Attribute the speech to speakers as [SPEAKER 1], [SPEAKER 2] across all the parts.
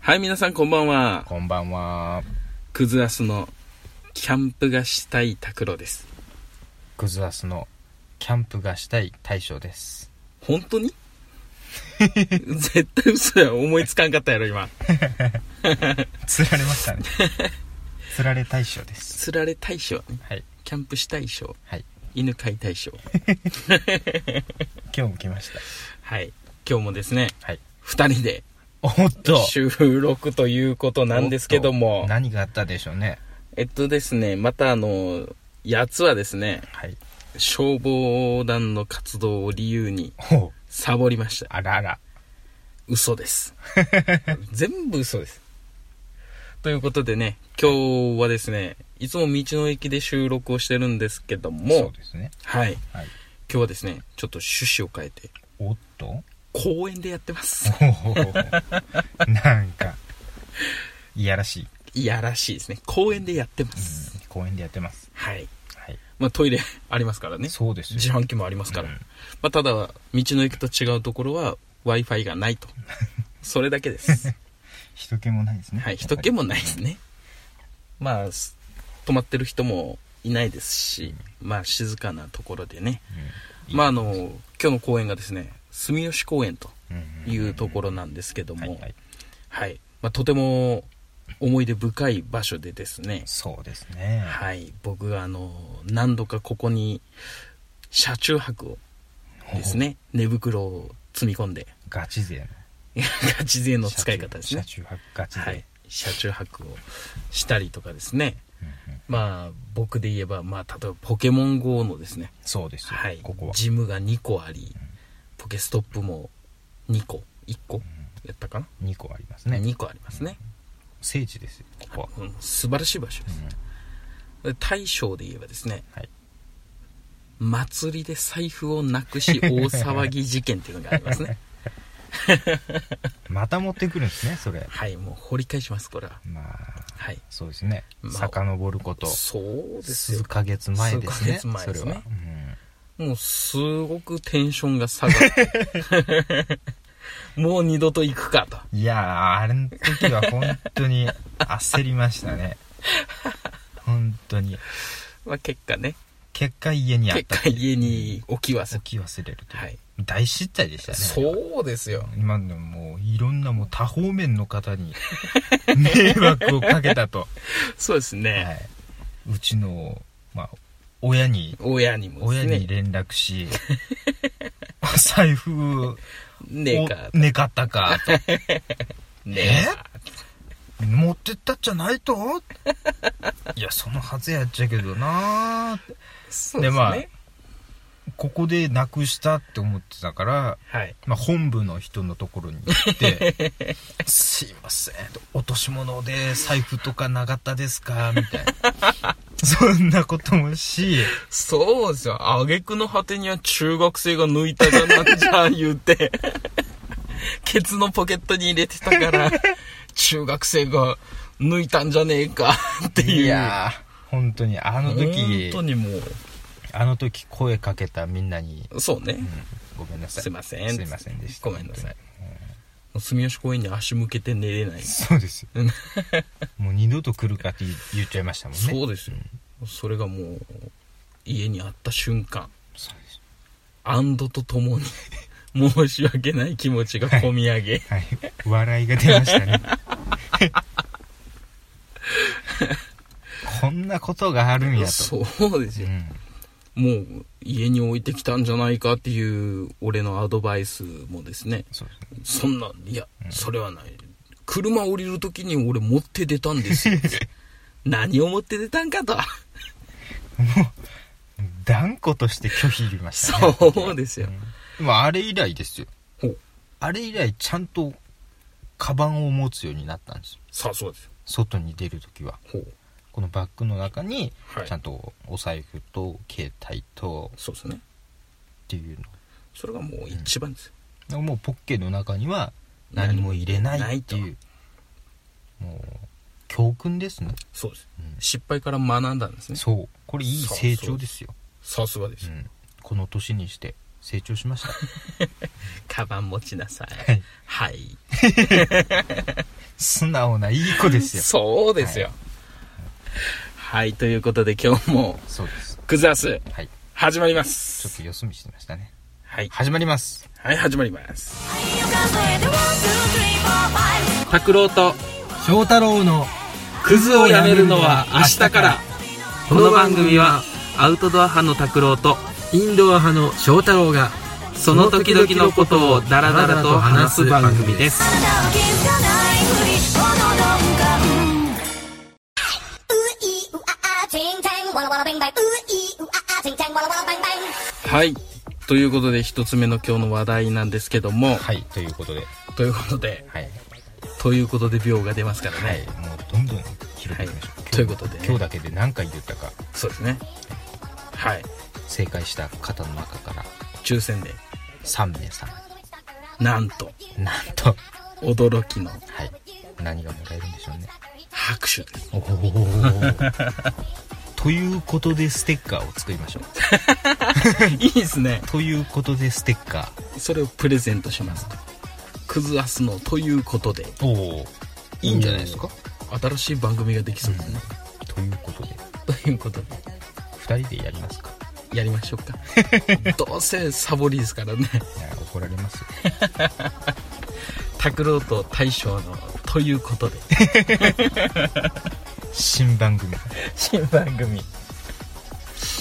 [SPEAKER 1] はい、皆さんこんばんは。
[SPEAKER 2] こんばんは。
[SPEAKER 1] クズアスのキャンプがしたい拓郎です。
[SPEAKER 2] クズアスのキャンプがしたい大将です。
[SPEAKER 1] 本当 に絶対嘘や。思いつかんかったやろ、今。
[SPEAKER 2] 釣られましたね。 釣られ大将です。
[SPEAKER 1] つられ大将ね。
[SPEAKER 2] はい。
[SPEAKER 1] キャンプしたい賞。
[SPEAKER 2] はい。
[SPEAKER 1] 犬飼い大賞。
[SPEAKER 2] 今日も来ました。
[SPEAKER 1] はい。今日もですね、
[SPEAKER 2] はい。
[SPEAKER 1] 二人で
[SPEAKER 2] おっと
[SPEAKER 1] 収録ということなんですけど
[SPEAKER 2] おっ
[SPEAKER 1] も
[SPEAKER 2] と、何があったでしょうね。
[SPEAKER 1] えっとですね、またあの、やつはですね、
[SPEAKER 2] はい。
[SPEAKER 1] 消防団の活動を理由に
[SPEAKER 2] おう
[SPEAKER 1] サボりました。
[SPEAKER 2] あらあら。
[SPEAKER 1] 嘘 です。全部嘘です。ということでね、今日はですね、いつも道の駅で収録をしてるんですけど
[SPEAKER 2] そ
[SPEAKER 1] も
[SPEAKER 2] う、ですね。
[SPEAKER 1] はい。
[SPEAKER 2] は
[SPEAKER 1] 今
[SPEAKER 2] い。
[SPEAKER 1] 日はですね、ちょっと趣旨を変えて、
[SPEAKER 2] おっと
[SPEAKER 1] 公園でやってます。
[SPEAKER 2] おお。なんか、いやらしい。
[SPEAKER 1] いやらしいですね。公園でやってま
[SPEAKER 2] う
[SPEAKER 1] す。
[SPEAKER 2] ん公園でやってます。
[SPEAKER 1] はい。
[SPEAKER 2] はい。
[SPEAKER 1] まあトイレ ありますからね。
[SPEAKER 2] そうですよ。
[SPEAKER 1] 自販機もありますから。
[SPEAKER 2] うん
[SPEAKER 1] まあただ、道の駅と違うところは Wi-Fi が ないと。それだけです。
[SPEAKER 2] 人気もないですね。
[SPEAKER 1] はい。
[SPEAKER 2] やっぱり
[SPEAKER 1] 人気もないですね。まあ、す泊まってる人もいないですし、まあ静かなところでね。
[SPEAKER 2] うん
[SPEAKER 1] まああの、今日の公演がですね、住吉公園と
[SPEAKER 2] うんうん
[SPEAKER 1] いうところなんですけど
[SPEAKER 2] はい
[SPEAKER 1] も
[SPEAKER 2] は、い。
[SPEAKER 1] はい。まあとても思い出深い場所でですね、
[SPEAKER 2] そうですね。
[SPEAKER 1] はい、僕はあの何度かここに車中泊をですね寝袋を積み込んで
[SPEAKER 2] ガチ勢の。
[SPEAKER 1] ガチ勢の使い方ですね
[SPEAKER 2] 車、中泊ガチ勢。
[SPEAKER 1] はい、車中泊をしたりとかですね
[SPEAKER 2] うんうん
[SPEAKER 1] まあ僕で言えば、まあ、例えばポケモン GO のですね、
[SPEAKER 2] そうですよ、
[SPEAKER 1] はい、
[SPEAKER 2] ここは。
[SPEAKER 1] ジムが2個ありポケストップも2個1個やったかな、
[SPEAKER 2] 2個ありますね。
[SPEAKER 1] 2個ありますね、
[SPEAKER 2] 聖地ですよ、ここは。
[SPEAKER 1] うん素晴らしい場所で
[SPEAKER 2] う
[SPEAKER 1] す
[SPEAKER 2] ん、
[SPEAKER 1] で大将で言えばですね
[SPEAKER 2] はい。
[SPEAKER 1] 祭りで財布をなくし大騒ぎ事件っていうのがあります ね
[SPEAKER 2] また持ってくるんですね、それ。
[SPEAKER 1] はいもう掘り返しますこれは
[SPEAKER 2] まあ、
[SPEAKER 1] はい
[SPEAKER 2] そうですね。
[SPEAKER 1] まあ
[SPEAKER 2] 遡ること、
[SPEAKER 1] そうです
[SPEAKER 2] 数
[SPEAKER 1] よ
[SPEAKER 2] ヶ月前ですね。
[SPEAKER 1] 数ヶ月前ですね
[SPEAKER 2] それは。うん
[SPEAKER 1] もうすごくテンションが下がって もう二度と行くかと
[SPEAKER 2] いやー、あれの時は本当に 焦りましたね。本当に。
[SPEAKER 1] まあ結果ね
[SPEAKER 2] 結果家にあっ
[SPEAKER 1] 結
[SPEAKER 2] た。
[SPEAKER 1] 果家に置き忘
[SPEAKER 2] 置
[SPEAKER 1] れ
[SPEAKER 2] き忘れるという。
[SPEAKER 1] はい
[SPEAKER 2] 大失態でしたね。
[SPEAKER 1] そうですよ
[SPEAKER 2] 今でももういろんなもう多方面の方に迷惑をかけたと、
[SPEAKER 1] そうですね、
[SPEAKER 2] はいうちの、まあ、親に
[SPEAKER 1] 親にもで
[SPEAKER 2] 親
[SPEAKER 1] す
[SPEAKER 2] に
[SPEAKER 1] ね
[SPEAKER 2] 連絡し財布を
[SPEAKER 1] ねえか
[SPEAKER 2] ねかったか
[SPEAKER 1] ね
[SPEAKER 2] と持ってったんじゃないといやそのはずやっちゃけどな
[SPEAKER 1] そうですね、
[SPEAKER 2] でまあここでなくしたって思ってたから、
[SPEAKER 1] はい
[SPEAKER 2] まあ、本部の人のところに行って 「すいません落とし物で財布とかなかったですか?」みたいな そんなこともし
[SPEAKER 1] そうですよ。挙句の果てには中学生が抜いたじゃなんじゃん言う て。ケツのポケットに入れてたから、中学生が抜いたんじゃねえかっていう。
[SPEAKER 2] いやー本当にあの
[SPEAKER 1] 本
[SPEAKER 2] 時
[SPEAKER 1] 当にも
[SPEAKER 2] あの時声かけたみんなに、
[SPEAKER 1] う、そうね。
[SPEAKER 2] ごめんなさい
[SPEAKER 1] すいません
[SPEAKER 2] すいませんでし
[SPEAKER 1] ご
[SPEAKER 2] た
[SPEAKER 1] めんなさい住吉公園に足向けて寝れない。
[SPEAKER 2] そうですよ もう二度と来るかって言っちゃいましたもんね
[SPEAKER 1] そうですよ。それがもう、家にあった瞬間、
[SPEAKER 2] そうです
[SPEAKER 1] 安堵とともに、 申し訳ない気持ちが込み上げ、
[SPEAKER 2] はい笑いが出ました ねこんなことがあるんやと
[SPEAKER 1] そうですよ。
[SPEAKER 2] うん
[SPEAKER 1] もう家に置いてきたんじゃないかっていう俺のアドバイスもですね
[SPEAKER 2] そうです
[SPEAKER 1] そ
[SPEAKER 2] ね
[SPEAKER 1] んないやそれはない車降りる時に俺持って出たんです よ何を持って出たんかと
[SPEAKER 2] 断固として拒否入りましたね
[SPEAKER 1] そうですよ、
[SPEAKER 2] でもあれ以来ですよ
[SPEAKER 1] ほう
[SPEAKER 2] あれ以来ちゃんとカバンを持つようになったんですよ
[SPEAKER 1] さあそうですよ
[SPEAKER 2] 外に出るときは
[SPEAKER 1] ほう
[SPEAKER 2] このバッグの中に
[SPEAKER 1] はい
[SPEAKER 2] ちゃんとお財布と携帯と
[SPEAKER 1] そうですね
[SPEAKER 2] っていう
[SPEAKER 1] それがもう一番ですよ、
[SPEAKER 2] のもうポッケの中には何も入れないって
[SPEAKER 1] ない
[SPEAKER 2] いうもう教訓ですね、
[SPEAKER 1] そうです
[SPEAKER 2] うん
[SPEAKER 1] 失敗から学んだんですね
[SPEAKER 2] そうこれいい
[SPEAKER 1] そう
[SPEAKER 2] 成長ですよ
[SPEAKER 1] さすがです
[SPEAKER 2] う
[SPEAKER 1] よ、
[SPEAKER 2] ん、この年にして成長しました。
[SPEAKER 1] カバン持ちなさい。
[SPEAKER 2] はい。
[SPEAKER 1] はい。
[SPEAKER 2] 素直ないい子です よ。
[SPEAKER 1] そうですよ。はい、ということで今日も、
[SPEAKER 2] そうです。
[SPEAKER 1] クズアス、
[SPEAKER 2] はい。
[SPEAKER 1] 始まりま
[SPEAKER 2] ちょっ
[SPEAKER 1] す。
[SPEAKER 2] と四隅してましたね。
[SPEAKER 1] はい。
[SPEAKER 2] 始まります。
[SPEAKER 1] はい、始まります。
[SPEAKER 3] Are
[SPEAKER 1] 拓郎と、
[SPEAKER 2] 翔太郎の
[SPEAKER 1] クズをやめるのは明日から。この番組は、アウトドア派の拓郎と、
[SPEAKER 4] インドア派の翔太郎が
[SPEAKER 1] その時々のことをダラダラと話す番組です。はい。ということで、一つ目の今日の話題なんですけども、
[SPEAKER 2] はい、ということで。
[SPEAKER 1] ということで、
[SPEAKER 2] はい。
[SPEAKER 1] ということで秒が出ますから
[SPEAKER 2] はい
[SPEAKER 1] ね。。
[SPEAKER 2] もうどんどん広
[SPEAKER 1] はい
[SPEAKER 2] げていきましょう。。
[SPEAKER 1] ということでね、
[SPEAKER 2] 今日だけで何回言ったか、
[SPEAKER 1] そうですね。はい。
[SPEAKER 2] 正解した方の中から
[SPEAKER 1] 抽選で、
[SPEAKER 2] 3名様
[SPEAKER 1] なんと、
[SPEAKER 2] に。なんと。
[SPEAKER 1] 驚きの
[SPEAKER 2] はい。何がもらえるんでしょうね。
[SPEAKER 1] 拍手です。
[SPEAKER 2] おお。 ということでステッカーを作りましょう。
[SPEAKER 1] いいですね。
[SPEAKER 2] ということでステッカ
[SPEAKER 1] それをプレゼントしますと。クズアスのということで、
[SPEAKER 2] ー。おお。いいんじゃないですか。
[SPEAKER 1] 新しい番組ができそうですね。
[SPEAKER 2] ということで、
[SPEAKER 1] ということで、
[SPEAKER 2] 二人でやりますか。
[SPEAKER 1] やりましょう か。どうせサボりですからね。
[SPEAKER 2] いや怒られますよ。
[SPEAKER 1] 拓郎と大将のということで、
[SPEAKER 2] 新番組。
[SPEAKER 1] 新番組。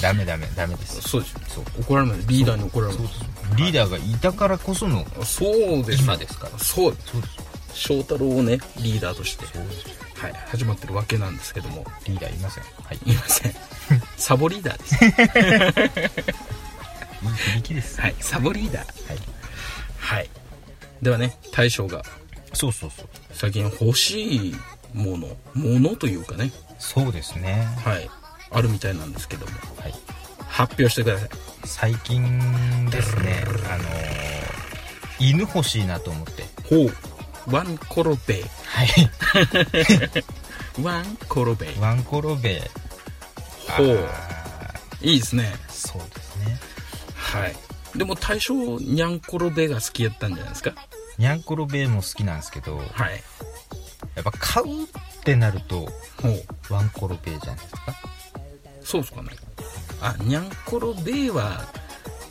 [SPEAKER 2] ダメダメダメです。
[SPEAKER 1] そうですよそう怒られますリーダーに怒られます
[SPEAKER 2] リーダーがいたからこその
[SPEAKER 1] そうです
[SPEAKER 2] 今ですから。
[SPEAKER 1] そう
[SPEAKER 2] そうです。
[SPEAKER 1] 翔太郎をねリーダーとして
[SPEAKER 2] そうです。
[SPEAKER 1] はい始まってるわけなんですけども
[SPEAKER 2] リーダーいません。はい。い
[SPEAKER 1] い
[SPEAKER 2] い
[SPEAKER 1] ま せんサボリーダーです
[SPEAKER 2] 響きです。
[SPEAKER 1] はいサボリーダー
[SPEAKER 2] はい。
[SPEAKER 1] はいではね大将が
[SPEAKER 2] そうそうそう。
[SPEAKER 1] 最近欲しいものものというかね
[SPEAKER 2] そうですね。
[SPEAKER 1] はいあるみたいなんですけども
[SPEAKER 2] はい。
[SPEAKER 1] 発表してください
[SPEAKER 2] 最近ですね。あのー犬欲しいなと思って。
[SPEAKER 1] ほうワンコロベ
[SPEAKER 2] はい。
[SPEAKER 1] ワンコロベ
[SPEAKER 2] ワンコロベ。
[SPEAKER 1] ほう
[SPEAKER 2] あ
[SPEAKER 1] いいですね
[SPEAKER 2] ーそうですね。
[SPEAKER 1] はいでも大将ニャンコロベが好きやったんじゃないですか
[SPEAKER 2] ニャンコロベも好きなんですけど、
[SPEAKER 1] はい
[SPEAKER 2] やっぱ買うってなると、
[SPEAKER 1] ほう
[SPEAKER 2] ワンコロベじゃないですか。
[SPEAKER 1] そうですかねあにゃんころベーは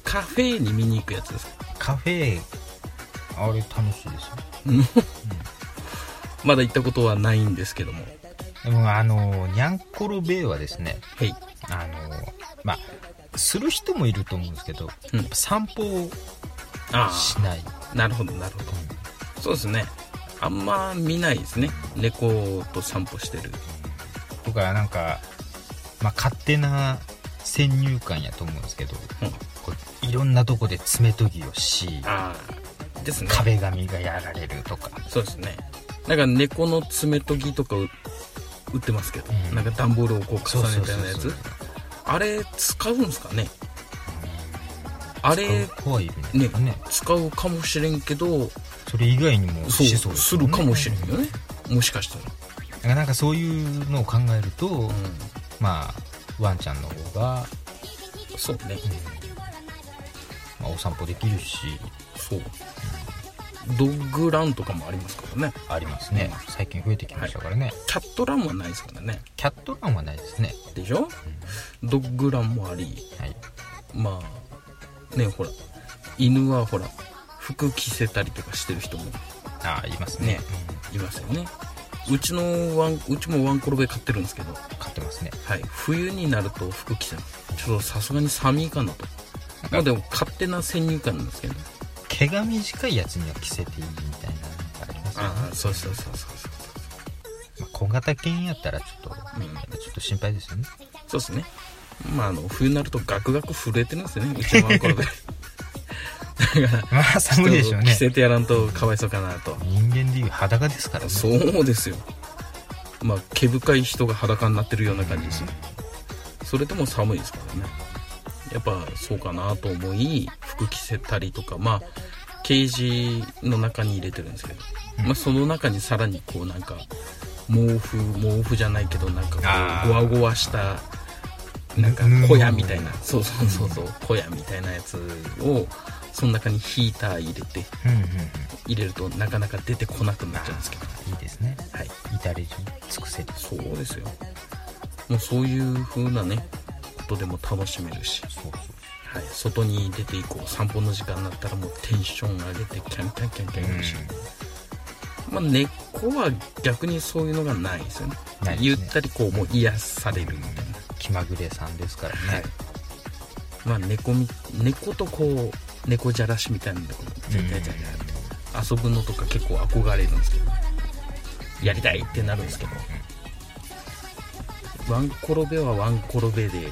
[SPEAKER 1] カフェに見に行くやつですか
[SPEAKER 2] カフェ、あれ楽しいですよ。
[SPEAKER 1] まだ行ったことはないんですけども
[SPEAKER 2] でもあの、ニャンコロベはですね、
[SPEAKER 1] はい
[SPEAKER 2] あの、まあ、する人もいると思うんですけど、
[SPEAKER 1] うん
[SPEAKER 2] やっぱ散歩を
[SPEAKER 1] あ
[SPEAKER 2] しない。
[SPEAKER 1] あなるほどなるほどそうですねあんま見ないですね猫と散歩してる
[SPEAKER 2] とか、なんか、まあ、勝手な先入観やと思うんですけど、
[SPEAKER 1] うん
[SPEAKER 2] こういろんなとこで爪研ぎをし、
[SPEAKER 1] ああですね
[SPEAKER 2] 壁紙がやられるとか。
[SPEAKER 1] そうですねなんか猫の爪研ぎとかう売ってますけど、
[SPEAKER 2] うん
[SPEAKER 1] なんか段ボールをこう重ねたようなやつ
[SPEAKER 2] そうそうそう
[SPEAKER 1] あれ使うんですかねあれ
[SPEAKER 2] そう子はいるんです
[SPEAKER 1] ね
[SPEAKER 2] かね
[SPEAKER 1] 使うかもしれんけど
[SPEAKER 2] それ以外にも
[SPEAKER 1] そう
[SPEAKER 2] しそうです
[SPEAKER 1] す
[SPEAKER 2] よね
[SPEAKER 1] るかもしれんよねもしかしたら
[SPEAKER 2] だからなんかそういうのを考えると、
[SPEAKER 1] う
[SPEAKER 2] まあワンちゃんの方が、
[SPEAKER 1] ん、そうね、
[SPEAKER 2] まあ、お散歩できるし
[SPEAKER 1] そう。ドッグランとかもありますからね。
[SPEAKER 2] ありますね最近増えてきましたからね、
[SPEAKER 1] キャットランはないですからね。
[SPEAKER 2] キャットランはないですね
[SPEAKER 1] でしょドッグランもあり、
[SPEAKER 2] はい
[SPEAKER 1] まあ、ね、ほら、犬はほら、服着せたりとかしてる人も
[SPEAKER 2] ああいますね
[SPEAKER 1] ねいますよね。うちのワン、うちもワンコロベ飼ってるんですけど、
[SPEAKER 2] うん買ってますね
[SPEAKER 1] はい、冬になると服着せます。ちょっとさすがに寒いかなと。まあでも勝手な先入観なんですけどね。
[SPEAKER 2] 毛が短いやつには着せていいみたいなのがありますよね
[SPEAKER 1] ああ、そうそうそうそうそう。
[SPEAKER 2] まあ小型犬やったらちょっと、
[SPEAKER 1] うん
[SPEAKER 2] やっぱちょっと心配ですよね
[SPEAKER 1] そうですね。まあ、あの、冬になるとガクガク震えてるんですよね、うちのワンコロベ。 だから、
[SPEAKER 2] まあ寒いでしょう
[SPEAKER 1] 着
[SPEAKER 2] ね
[SPEAKER 1] せてやらんとかわいそうかなと。
[SPEAKER 2] 人間でいう裸ですからね
[SPEAKER 1] そうですよ。まあ、毛深い人が裸になってるような感じですよ。それでも寒いですからね。やっぱそうかなと思い、服着せたりとか、まあ、ケージの中に入れてるんですけど、まあ、その中にさらにこうなんか、毛布、毛布じゃないけど、なんかこ
[SPEAKER 2] あ
[SPEAKER 1] う、
[SPEAKER 2] ー
[SPEAKER 1] ゴワゴワしたなんか
[SPEAKER 2] 布
[SPEAKER 1] 小屋みたいなそうそうそうそう小屋みたいなやつをその中にヒーター入れて
[SPEAKER 2] うんうんうん
[SPEAKER 1] 入れるとなかなか出てこなくなっちゃうんですけど
[SPEAKER 2] いいですね
[SPEAKER 1] はい
[SPEAKER 2] 至れり尽くせり
[SPEAKER 1] そうですよもうそういう風なねことでも楽しめるし、
[SPEAKER 2] そうそう
[SPEAKER 1] はい、外に出ていこう散歩の時間になったらもうテンション上げてキャンキャンキャンキャンやるし、まあ、根っこは逆にそういうのがないですよね
[SPEAKER 2] ないですね
[SPEAKER 1] ゆったりこうもう癒されるみたいな、
[SPEAKER 2] 気まぐれさんですからね、
[SPEAKER 1] はいまあ猫み猫とこう猫じゃらしみたいなところ絶対じゃない遊ぶのとか結構憧れるんですけどやりたいってなるんですけどワンコロベはワンコロベで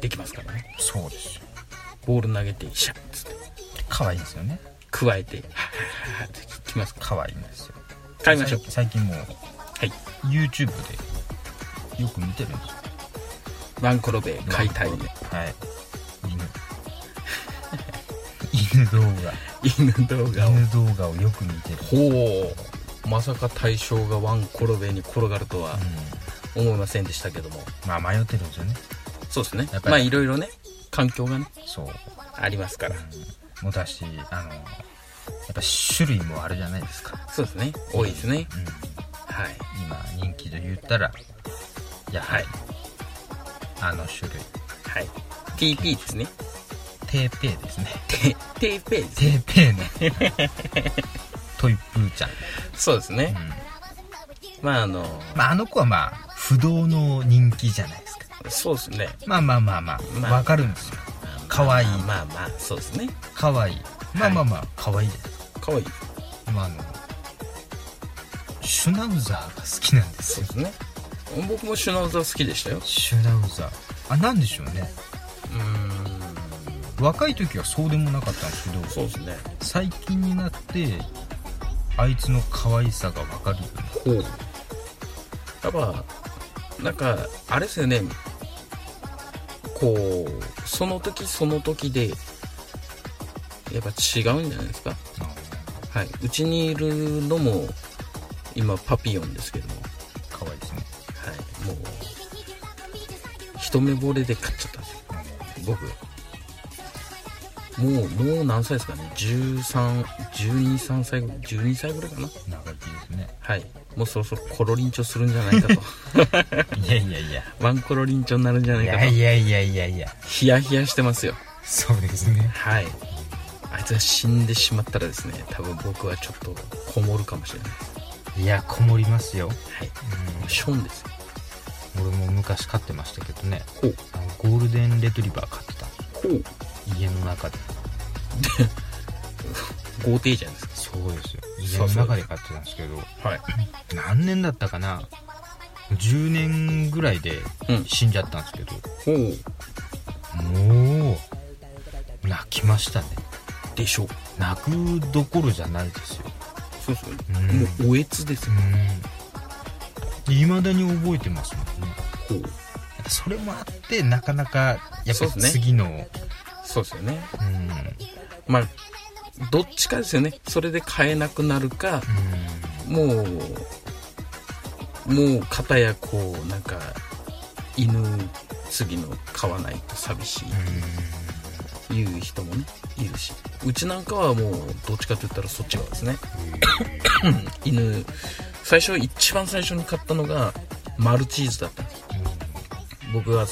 [SPEAKER 1] できますからね
[SPEAKER 2] そうですよ
[SPEAKER 1] ボール投げてシャッつって
[SPEAKER 2] 可愛いんですよね
[SPEAKER 1] 加えてハッハッハッハッってきますから
[SPEAKER 2] 可愛いんですよ
[SPEAKER 1] 買いましょう
[SPEAKER 2] 最最近もう
[SPEAKER 1] はい
[SPEAKER 2] YouTube でよく見てるんですよ
[SPEAKER 1] ワンコロベ買いたい
[SPEAKER 2] はい犬犬動画
[SPEAKER 1] 犬動画を
[SPEAKER 2] 犬動画をよく見てる、
[SPEAKER 1] ほうまさか対象がワンコロベに転がるとは
[SPEAKER 2] う
[SPEAKER 1] 思いませんでしたけども
[SPEAKER 2] ん、まあ迷ってるんですよね
[SPEAKER 1] そうですね
[SPEAKER 2] やっぱり
[SPEAKER 1] まあいろいろね環境がね
[SPEAKER 2] そう
[SPEAKER 1] ありますから
[SPEAKER 2] もうだしあのやっぱ種類もあるじゃないですか、
[SPEAKER 1] そうですね多いですね
[SPEAKER 2] うん、
[SPEAKER 1] はい
[SPEAKER 2] 今人気と言ったらやはり、あの種類
[SPEAKER 1] はい TP ですね
[SPEAKER 2] テーペーですね
[SPEAKER 1] テテーペーです
[SPEAKER 2] テーペーねトイプーちゃん、
[SPEAKER 1] そうですね
[SPEAKER 2] うん
[SPEAKER 1] まああの
[SPEAKER 2] まあ、あの子はまあ不動の人気じゃないですか
[SPEAKER 1] そうですね
[SPEAKER 2] まあまあまあまあ
[SPEAKER 1] ま
[SPEAKER 2] わ、
[SPEAKER 1] あ
[SPEAKER 2] かるんですよ可愛い
[SPEAKER 1] まあまあそうですね
[SPEAKER 2] かわいいまあまあまあかわいいです
[SPEAKER 1] 可愛い
[SPEAKER 2] まああのシュナウザーが好きなんです
[SPEAKER 1] そう
[SPEAKER 2] よ
[SPEAKER 1] ですね僕もシュナウザー好きでしたよ
[SPEAKER 2] シュナウザーあなんでしょうね
[SPEAKER 1] うー
[SPEAKER 2] 若い時はそうでもなかったんですけど
[SPEAKER 1] んそうですね
[SPEAKER 2] 最近になってあいつの可愛さがわかるよね
[SPEAKER 1] ほうやっぱなんかあれですよねこうその時その時でやっぱ違うんじゃないですかはいうちにいるのも今パピヨンですけども、は
[SPEAKER 2] 可愛いですね
[SPEAKER 1] い、もう一目惚れで買っちゃったんですよ僕もうもう何歳ですかね131213歳ぐらい12歳ぐらいかな
[SPEAKER 2] 長生きですね
[SPEAKER 1] はいもうそろそろコロリンチョするんじゃない かと
[SPEAKER 2] いやいやいや
[SPEAKER 1] ワンコロリンチョになるんじゃない
[SPEAKER 2] い
[SPEAKER 1] かと
[SPEAKER 2] やいやいやいやいや
[SPEAKER 1] ヒヤヒヤしてますよ
[SPEAKER 2] そうですね
[SPEAKER 1] はいあいつが死んでしまったらですね多分僕はちょっとこもるかもしれないです
[SPEAKER 2] いやこもりますよ、
[SPEAKER 1] はい
[SPEAKER 2] うん
[SPEAKER 1] ションですよ
[SPEAKER 2] 俺も昔飼ってましたけどね
[SPEAKER 1] ほう
[SPEAKER 2] あのゴールデンレトリバー飼ってた
[SPEAKER 1] ほう
[SPEAKER 2] 家の中で
[SPEAKER 1] 豪邸じゃないです
[SPEAKER 2] そうですよ家
[SPEAKER 1] そ
[SPEAKER 2] の
[SPEAKER 1] うそう
[SPEAKER 2] 中で飼ってたんですけど
[SPEAKER 1] かはい
[SPEAKER 2] 何年だったかな10年ぐらいで
[SPEAKER 1] うん
[SPEAKER 2] 死んじゃったんですけど、
[SPEAKER 1] ほう
[SPEAKER 2] もう泣きましたね
[SPEAKER 1] でしょう
[SPEAKER 2] 泣くどころじゃないですよ
[SPEAKER 1] そうそう
[SPEAKER 2] うん
[SPEAKER 1] もうおえつですよ
[SPEAKER 2] いまだに覚えてますもんね
[SPEAKER 1] ほう
[SPEAKER 2] それもあってなかなかやっぱ
[SPEAKER 1] そう
[SPEAKER 2] り
[SPEAKER 1] ですね
[SPEAKER 2] 次のう,、
[SPEAKER 1] そうですよね
[SPEAKER 2] んうん
[SPEAKER 1] まあどっちかですよねそれで買えなくなるかもうもう片やこうなんか犬次の買わないと寂しいっていう人もねいるしうちなんかはもうどっちかと言ったらそっち側ですね 犬最初一番最初に買ったのがマルチーズだったんです僕は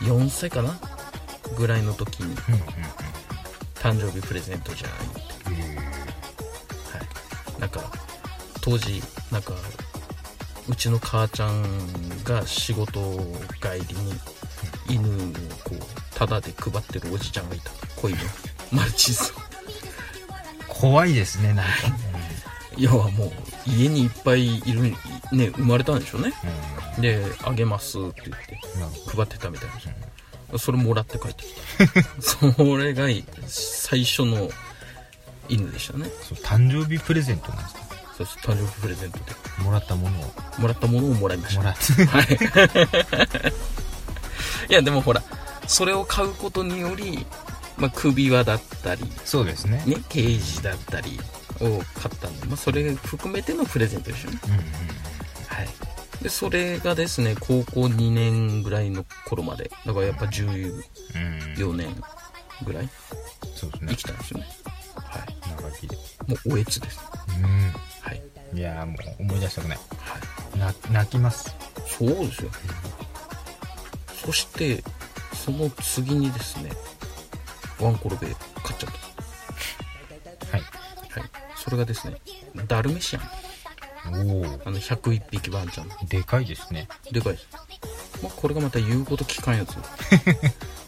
[SPEAKER 1] 4歳かなぐらいの時に
[SPEAKER 2] うんうん
[SPEAKER 1] 誕生日プレゼントじゃないって
[SPEAKER 2] うんうん
[SPEAKER 1] はい、なんか当時なんかうちの母ちゃんが仕事帰りに犬をこうタダで配ってるおじちゃんがいた恋の マルチーズを
[SPEAKER 2] 怖いですねなんか、
[SPEAKER 1] 要はもう家にいっぱいいるね生まれたんでしょうね
[SPEAKER 2] う
[SPEAKER 1] であげますって言って
[SPEAKER 2] ん、なんか
[SPEAKER 1] 配ってたみたいなそれもらって帰ってきたそれが最初の犬でしたね
[SPEAKER 2] そう誕生日プレゼントなんですか
[SPEAKER 1] そうです誕生日プレゼントで
[SPEAKER 2] もらったものを
[SPEAKER 1] もらったものをもらいました
[SPEAKER 2] もらって
[SPEAKER 1] はい。いや、でもほら、それを買うことにより、まあ、首輪だったり、
[SPEAKER 2] そうですね
[SPEAKER 1] ね、ケージだったりを買ったんで、まあ、それ含めてのプレゼントでしょうね。
[SPEAKER 2] うんうん
[SPEAKER 1] はい。でそれがですね高校2年ぐらいの頃までだからやっぱ14
[SPEAKER 2] うん
[SPEAKER 1] 年ぐらい
[SPEAKER 2] そうです
[SPEAKER 1] 生
[SPEAKER 2] ね
[SPEAKER 1] きたんですよねはい
[SPEAKER 2] 長生きで
[SPEAKER 1] もうおえつです
[SPEAKER 2] う
[SPEAKER 1] はい、
[SPEAKER 2] んいやーもう思い出したくない
[SPEAKER 1] はい、
[SPEAKER 2] な泣きます
[SPEAKER 1] そうですよそしてその次にですねワンコロベ買っちゃっ
[SPEAKER 2] はい
[SPEAKER 1] たはいそれがですねダルメシアン
[SPEAKER 2] おお
[SPEAKER 1] あの101匹ワンちゃんの
[SPEAKER 2] でかいですね
[SPEAKER 1] でかいです、まあ、これがまた言うこと聞かんや つ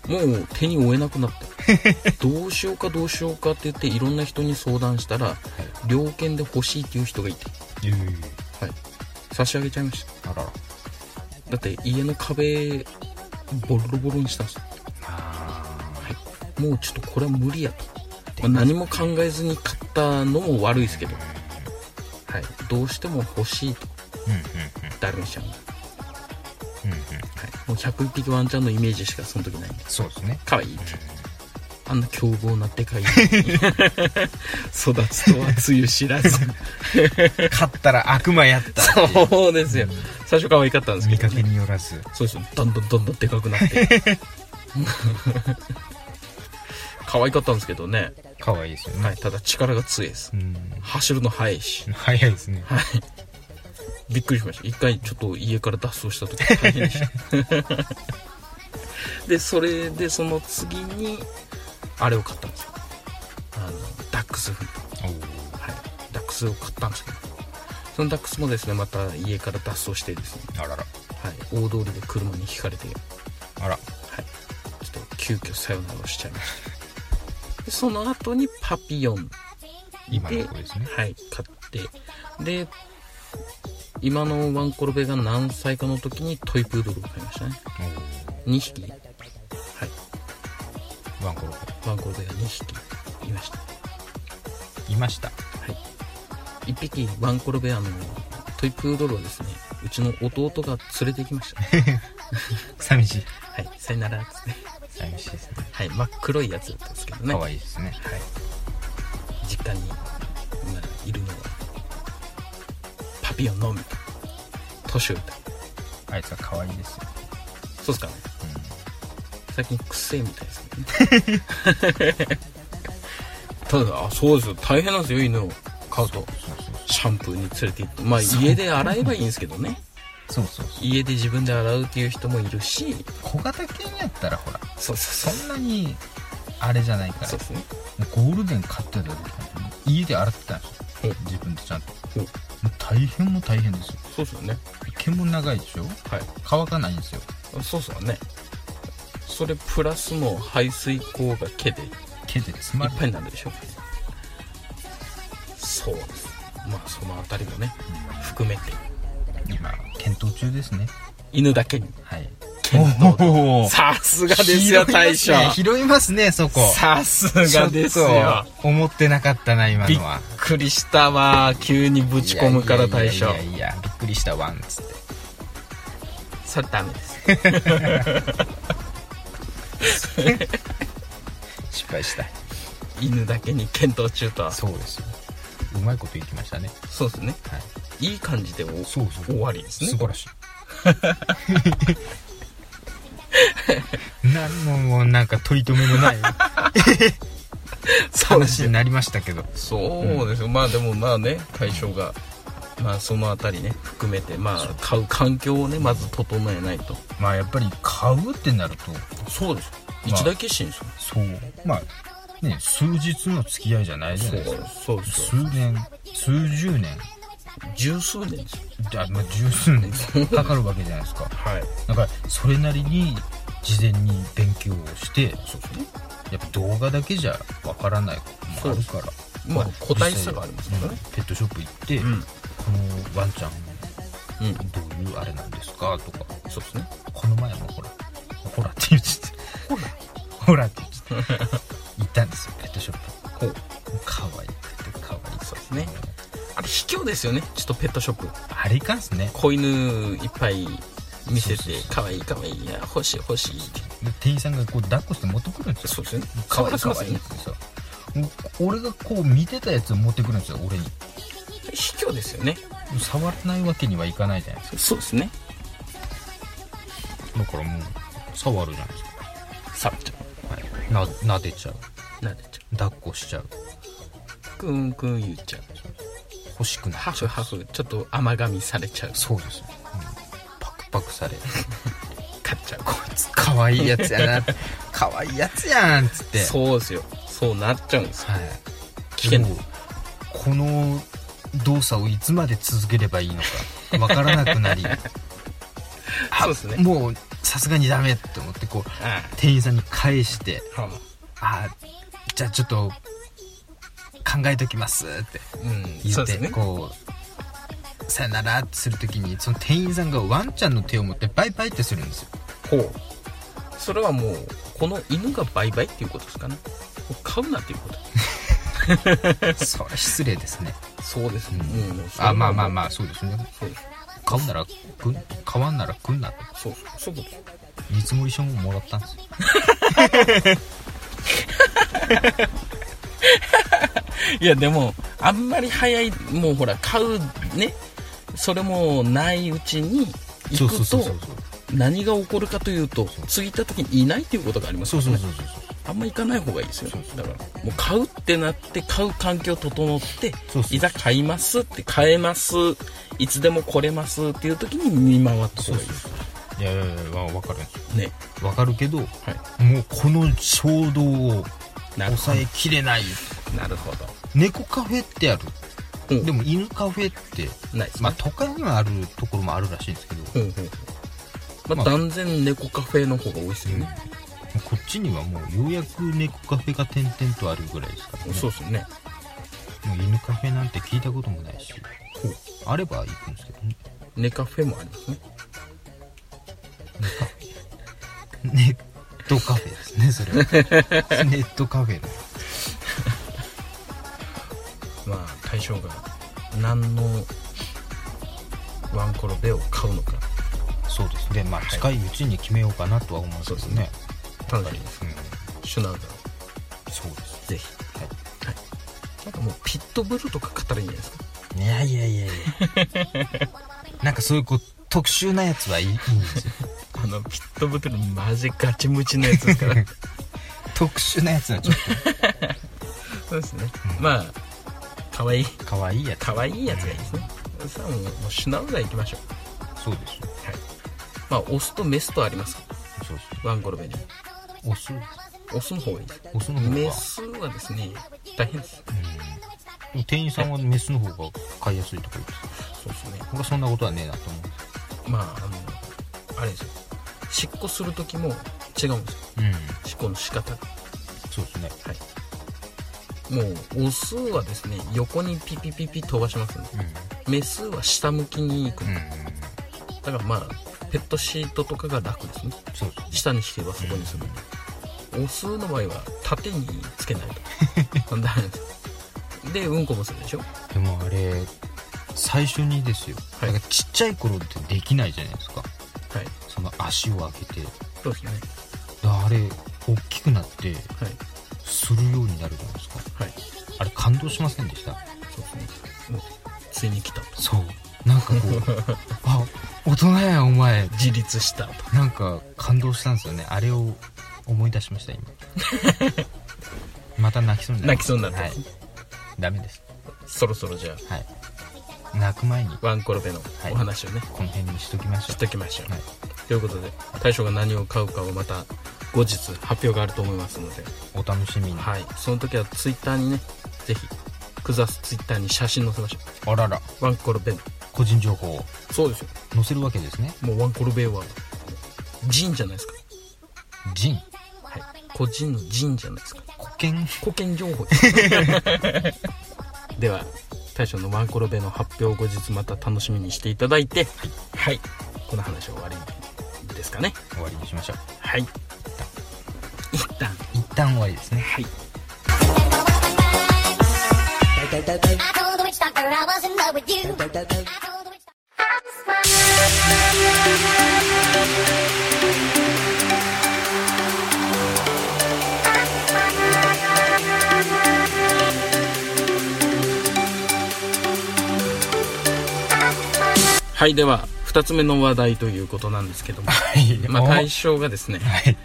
[SPEAKER 1] もう手に負えなくなってどうしようかどうしようかって言っていろんな人に相談したら猟犬で欲しいっていう人がいて、
[SPEAKER 2] ええ
[SPEAKER 1] はい、差し上げちゃいました
[SPEAKER 2] あらら
[SPEAKER 1] だって家の壁ボロボロにしたんですよ
[SPEAKER 2] あ
[SPEAKER 1] はい、もうちょっとこれは無理やと、まあ何も考えずに買ったのも悪いですけど、はい、どうしても欲しいと
[SPEAKER 2] うんうん
[SPEAKER 1] ダルメシャンが、は
[SPEAKER 2] うんうんうん
[SPEAKER 1] い、もう100匹ワンちゃんのイメージしかその時ないんで
[SPEAKER 2] そうですね
[SPEAKER 1] 可愛いってあんな凶暴な でかい犬に育つとはつゆ知らず
[SPEAKER 2] 勝ったら悪魔やった
[SPEAKER 1] そうですよ最初可愛かったんですけ
[SPEAKER 2] 見
[SPEAKER 1] ど
[SPEAKER 2] かけによらず
[SPEAKER 1] そうですよどんどんどんどんでかくなって 可愛かったんですけどね、
[SPEAKER 2] 可愛いですよね、
[SPEAKER 1] はい、ただ力が強いです
[SPEAKER 2] うん
[SPEAKER 1] 走るの速いし
[SPEAKER 2] 早いですね
[SPEAKER 1] はい。びっくりしました。一回ちょっと家から脱走した時大変でした。 で、それでその次に、あれを買ったんですよ。あの、ダックスフンド。
[SPEAKER 2] お
[SPEAKER 1] はい。ダックスを買ったんですけど、そのダックスもですね、また家から脱走してですね、
[SPEAKER 2] おあらら
[SPEAKER 1] はい。大通りで車にひかれて、はい。
[SPEAKER 2] あら
[SPEAKER 1] ちょっと急遽さよならをしちゃいました。で、その後にパピヨン
[SPEAKER 2] 今の子ですね
[SPEAKER 1] はい、買って。で、今のワンコロベが何歳かの時にトイプードルを買いましたね。2匹。はい、
[SPEAKER 2] おおワンコロ
[SPEAKER 1] ワンコロベが2匹いました。
[SPEAKER 2] コいました
[SPEAKER 1] はい。1匹ワンコロベあの、トイプードルをですね、うちの弟が連れてきました。
[SPEAKER 2] 寂しい
[SPEAKER 1] はい、さよならっつって。
[SPEAKER 2] 寂しいですね
[SPEAKER 1] はい、真っ黒いやつだったんですけどね。
[SPEAKER 2] 可
[SPEAKER 1] い
[SPEAKER 2] 愛いですね
[SPEAKER 1] はい。実家に、まあ、いるのは、パピオンのみと、年をいた。
[SPEAKER 2] あいつは可愛いですよ、
[SPEAKER 1] そうっすかね。最近くせえみたいですね ただあそうですよ大変なんですよ犬を飼うと
[SPEAKER 2] そうそう
[SPEAKER 1] シャンプーに連れて行ってまあ
[SPEAKER 2] そう
[SPEAKER 1] 家で洗えばいいんですけどね
[SPEAKER 2] そうそうそ う
[SPEAKER 1] 家で自分で洗うっていう人もいるし
[SPEAKER 2] 小型犬やったらほら
[SPEAKER 1] そうそ
[SPEAKER 2] そ
[SPEAKER 1] うん
[SPEAKER 2] なにあれじゃないから
[SPEAKER 1] そうそうですね
[SPEAKER 2] ゴールデン買ってた時なんてね家で洗ってたんです
[SPEAKER 1] うん
[SPEAKER 2] よ自分でちゃんとも
[SPEAKER 1] うん
[SPEAKER 2] う大変も大変ですよ
[SPEAKER 1] そうっすよね
[SPEAKER 2] 毛も長いでしょ
[SPEAKER 1] はい
[SPEAKER 2] 乾かないんですよ
[SPEAKER 1] そうっすよねそれプラスの排水口が毛でいっ
[SPEAKER 2] 毛で詰まる
[SPEAKER 1] ぱいになるでしょそうですまあそのあたりもね含めて
[SPEAKER 2] 今検討中ですね
[SPEAKER 1] 犬だけに
[SPEAKER 2] はい
[SPEAKER 1] 検討
[SPEAKER 2] お
[SPEAKER 1] さすがですよ大将
[SPEAKER 2] 拾いますねそこ
[SPEAKER 1] さすがです
[SPEAKER 2] ち
[SPEAKER 1] よ
[SPEAKER 2] ょっと思ってなかったな今
[SPEAKER 1] びっ
[SPEAKER 2] のは
[SPEAKER 1] くりしたわ急にぶち込むから大将
[SPEAKER 2] いやいやいやいやびっくりしたわんつって
[SPEAKER 1] それダメです
[SPEAKER 2] 失敗した
[SPEAKER 1] 犬だけに検討中と
[SPEAKER 2] そうですようまいこといきましたね
[SPEAKER 1] そうですね
[SPEAKER 2] はい
[SPEAKER 1] いい感じでお
[SPEAKER 2] そうそう
[SPEAKER 1] 終わりですね
[SPEAKER 2] 素晴らしい何のもうなんか取り留めのない
[SPEAKER 1] そうで
[SPEAKER 2] 話
[SPEAKER 1] す
[SPEAKER 2] に
[SPEAKER 1] よ
[SPEAKER 2] なりましたけど
[SPEAKER 1] そうですよまあでもまあね大将がまあそのあたりね含めてまあ買う環境をねまず整えないと
[SPEAKER 2] まあやっぱり買うってなると
[SPEAKER 1] そうですよ
[SPEAKER 2] まあ
[SPEAKER 1] 一大決心ですよ
[SPEAKER 2] そうまあね数日の付き合いじゃないじゃないですか
[SPEAKER 1] そうそうそう
[SPEAKER 2] 数年数十年
[SPEAKER 1] 十数年ですよ
[SPEAKER 2] じゃまあ十数年かかるわけじゃないですか
[SPEAKER 1] はい
[SPEAKER 2] だからそれなりに事前に勉強をして
[SPEAKER 1] そうですね
[SPEAKER 2] やっぱ動画だけじゃわからないこともあるから
[SPEAKER 1] まあ個体差がありますからね
[SPEAKER 2] うんペットショップ行って、
[SPEAKER 1] うん
[SPEAKER 2] このワンちゃん
[SPEAKER 1] うん
[SPEAKER 2] どういうあれなんですかとか
[SPEAKER 1] そうですね
[SPEAKER 2] この前もほらほらって言っちゃってほらって言っちゃって行ったんですよペットショッ
[SPEAKER 1] こう
[SPEAKER 2] プ可愛くて可愛いそうです
[SPEAKER 1] ねあれ卑怯ですよねちょっとペットショップ
[SPEAKER 2] あれいかんっすね
[SPEAKER 1] 子犬いっぱい見せ
[SPEAKER 2] そうそう
[SPEAKER 1] て
[SPEAKER 2] そう
[SPEAKER 1] かわいいかわいいや欲しい欲しいって
[SPEAKER 2] で店員さんがこう抱っこして持ってくるんですよ
[SPEAKER 1] そうですね
[SPEAKER 2] 可
[SPEAKER 1] 可愛
[SPEAKER 2] 愛い
[SPEAKER 1] い
[SPEAKER 2] 可
[SPEAKER 1] 可
[SPEAKER 2] 愛
[SPEAKER 1] 愛
[SPEAKER 2] い
[SPEAKER 1] い
[SPEAKER 2] ってさもう俺がこう見てたやつを持ってくるんですよ俺に
[SPEAKER 1] 卑怯ですよね
[SPEAKER 2] 触らないわけにはいかないじゃないです
[SPEAKER 1] そうですね
[SPEAKER 2] かだからもう触るじゃないですか
[SPEAKER 1] サブち
[SPEAKER 2] な撫でちゃう
[SPEAKER 1] ゃんなでちゃ
[SPEAKER 2] 抱っこしちゃう
[SPEAKER 1] うくんくん言っちゃう
[SPEAKER 2] 欲しくな
[SPEAKER 1] ハ
[SPEAKER 2] っち
[SPEAKER 1] フ
[SPEAKER 2] ゃう
[SPEAKER 1] ハフちょっと甘噛みされちゃう
[SPEAKER 2] そうですね、うんパクパクされ
[SPEAKER 1] 買っちゃう
[SPEAKER 2] こいつ可愛いやつやな可愛いやつやんっつって
[SPEAKER 1] そうですよそうなっちゃうんですよ
[SPEAKER 2] はい
[SPEAKER 1] 危険
[SPEAKER 2] でもこの動作をいつまで続ければいいのかわからなくなり あ
[SPEAKER 1] そうですね
[SPEAKER 2] もうさすがにダメって思ってこう
[SPEAKER 1] あ
[SPEAKER 2] 店員さんに返して
[SPEAKER 1] あはあ
[SPEAKER 2] あじゃあちょっと考えときますって
[SPEAKER 1] うん
[SPEAKER 2] 言
[SPEAKER 1] そう
[SPEAKER 2] っ
[SPEAKER 1] で
[SPEAKER 2] て
[SPEAKER 1] すね
[SPEAKER 2] こうさよならってするときにその店員さんがワンちゃんの手を持ってバイバイってする んですよ
[SPEAKER 1] ほうそれはもうこの犬が売買っていうことですかね買うなっていうこと
[SPEAKER 2] それ失礼ですね
[SPEAKER 1] そうですね、うんもうそれは
[SPEAKER 2] あまあまあ
[SPEAKER 1] もう
[SPEAKER 2] まあそうですね
[SPEAKER 1] そうです
[SPEAKER 2] 買うならくん買わんならくんなと
[SPEAKER 1] そうそうそういうことです
[SPEAKER 2] 見積もり書ももらったんですよ
[SPEAKER 1] いやでもあんまり早いもうほら買うねそれもないうちに行くと何が起こるかというと次行った時にいないということがあります
[SPEAKER 2] そう
[SPEAKER 1] から
[SPEAKER 2] そう
[SPEAKER 1] ね
[SPEAKER 2] そうそう
[SPEAKER 1] あんま行かない方がいいですよ
[SPEAKER 2] そうそう
[SPEAKER 1] だからもう買うってなって買う環境整って
[SPEAKER 2] そうそう
[SPEAKER 1] いざ買いますって買えますいつでも来れますっていう時に見回った方がいいです
[SPEAKER 2] いやいやいや分かるんですよ
[SPEAKER 1] ね
[SPEAKER 2] わかるけど、
[SPEAKER 1] い
[SPEAKER 2] もうこの衝動を
[SPEAKER 1] なるほ
[SPEAKER 2] 抑えきれない
[SPEAKER 1] どなるほど
[SPEAKER 2] 猫カフェってある
[SPEAKER 1] うん
[SPEAKER 2] でも犬カフェって
[SPEAKER 1] ないですね
[SPEAKER 2] まあ都会にはあるところもあるらしいんですけど、
[SPEAKER 1] うんうんま
[SPEAKER 2] ま
[SPEAKER 1] あ
[SPEAKER 2] あ
[SPEAKER 1] 断然猫カフェの方が多いですよね、
[SPEAKER 2] こっちにはもうようやく猫カフェが点々とあるぐらいですから、ね、
[SPEAKER 1] そうですね
[SPEAKER 2] もう犬カフェなんて聞いたこともないしあれば行くんですけどね
[SPEAKER 1] ネカフェもありますね
[SPEAKER 2] ネットカフェですねそれ はネットカフェだ
[SPEAKER 1] まあ対象が何のワンコロベを買うのか
[SPEAKER 2] そうですねまあ近いうちに決めようかなとは思うんですけどね、
[SPEAKER 1] 楽しみです
[SPEAKER 2] うん
[SPEAKER 1] シュナウザー
[SPEAKER 2] そうです
[SPEAKER 1] をぜひ
[SPEAKER 2] はい
[SPEAKER 1] なんかもうピットブルとか買ったらいいんじゃないですか
[SPEAKER 2] いやいやいやいやなんかそういうこう特殊なやつはいいいいんですよ
[SPEAKER 1] あのピットブルマジガチムチのやつですから
[SPEAKER 2] 特殊なやつはちょっ
[SPEAKER 1] そうですねまあ可愛い
[SPEAKER 2] と可愛いやつ
[SPEAKER 1] 可愛いやつがいいですねさあもうもうシュナウザー行きましょう
[SPEAKER 2] そうですよ
[SPEAKER 1] はいまあオスとメスとありますから
[SPEAKER 2] そうです
[SPEAKER 1] ワンコロベに
[SPEAKER 2] オス
[SPEAKER 1] オスの方がいいです
[SPEAKER 2] オスの方が
[SPEAKER 1] メスはですね大変です
[SPEAKER 2] うん店員さんはメスの方が買いやすいところです
[SPEAKER 1] そうですね
[SPEAKER 2] 俺はそんなことはねえなと思
[SPEAKER 1] まああのあれですよ執行する時も違うんですよ
[SPEAKER 2] うん
[SPEAKER 1] 執行の仕方が
[SPEAKER 2] そうですね
[SPEAKER 1] もうオスはですね横にピピピピ飛ばしますね
[SPEAKER 2] う
[SPEAKER 1] メスは下向きに行く
[SPEAKER 2] ん、うん、
[SPEAKER 1] だからまあペットシートとかが楽ですね
[SPEAKER 2] そうですね
[SPEAKER 1] 下に引けばそこにするんでオスの場合は縦につけない とダメなんですよでうんこもするでしょ
[SPEAKER 2] でもあれ最初にですよ、
[SPEAKER 1] はい
[SPEAKER 2] なんかちっちゃい頃ってできないじゃないですか
[SPEAKER 1] はい
[SPEAKER 2] その足を開けてで
[SPEAKER 1] そうですね
[SPEAKER 2] あれ大きくなって
[SPEAKER 1] はい
[SPEAKER 2] するようになるじゃないですか
[SPEAKER 1] はい
[SPEAKER 2] あれ感動しませんでした
[SPEAKER 1] そうですねもうついに来たと
[SPEAKER 2] そうなん かこうあ大人やお前
[SPEAKER 1] 自立したと
[SPEAKER 2] なんか感動したんですよねあれを思い出しました今また泣きそうになる
[SPEAKER 1] 泣きそうになった
[SPEAKER 2] はいダメです
[SPEAKER 1] そろそろじゃあ
[SPEAKER 2] はい泣く前に
[SPEAKER 1] ワンコロベのお話をね、
[SPEAKER 2] この辺にしときましょ
[SPEAKER 1] しときましょう、
[SPEAKER 2] う、はい、
[SPEAKER 1] ということで大将が何を買うかをまた後日発表があると思いますので、
[SPEAKER 2] お楽しみに
[SPEAKER 1] はい、その時はツイッターにねぜひクザスツイッターに写真載せましょ
[SPEAKER 2] あらら
[SPEAKER 1] うワンコロベの
[SPEAKER 2] 個人情報を
[SPEAKER 1] そうですよ
[SPEAKER 2] 載せるわけですね
[SPEAKER 1] もうワンコロベはジンじゃないですか、
[SPEAKER 2] ジン
[SPEAKER 1] はい、個人のジンじゃないですか
[SPEAKER 2] 保険
[SPEAKER 1] 保険情 報ですでは大将のワンコロベの発表を後日また楽しみにしていただいてはい、この話は終わりですかね
[SPEAKER 2] 終わりにしましょう
[SPEAKER 1] はい一旦
[SPEAKER 2] 一旦終わりですね
[SPEAKER 1] はい
[SPEAKER 3] I told the witch doctor I was in love with you. I told the witch doctor.
[SPEAKER 5] 「あ
[SPEAKER 1] はいでは2つ目の話題ということなんですけども、
[SPEAKER 2] はい
[SPEAKER 1] まあ、
[SPEAKER 2] お
[SPEAKER 1] 対象がですね
[SPEAKER 2] はい、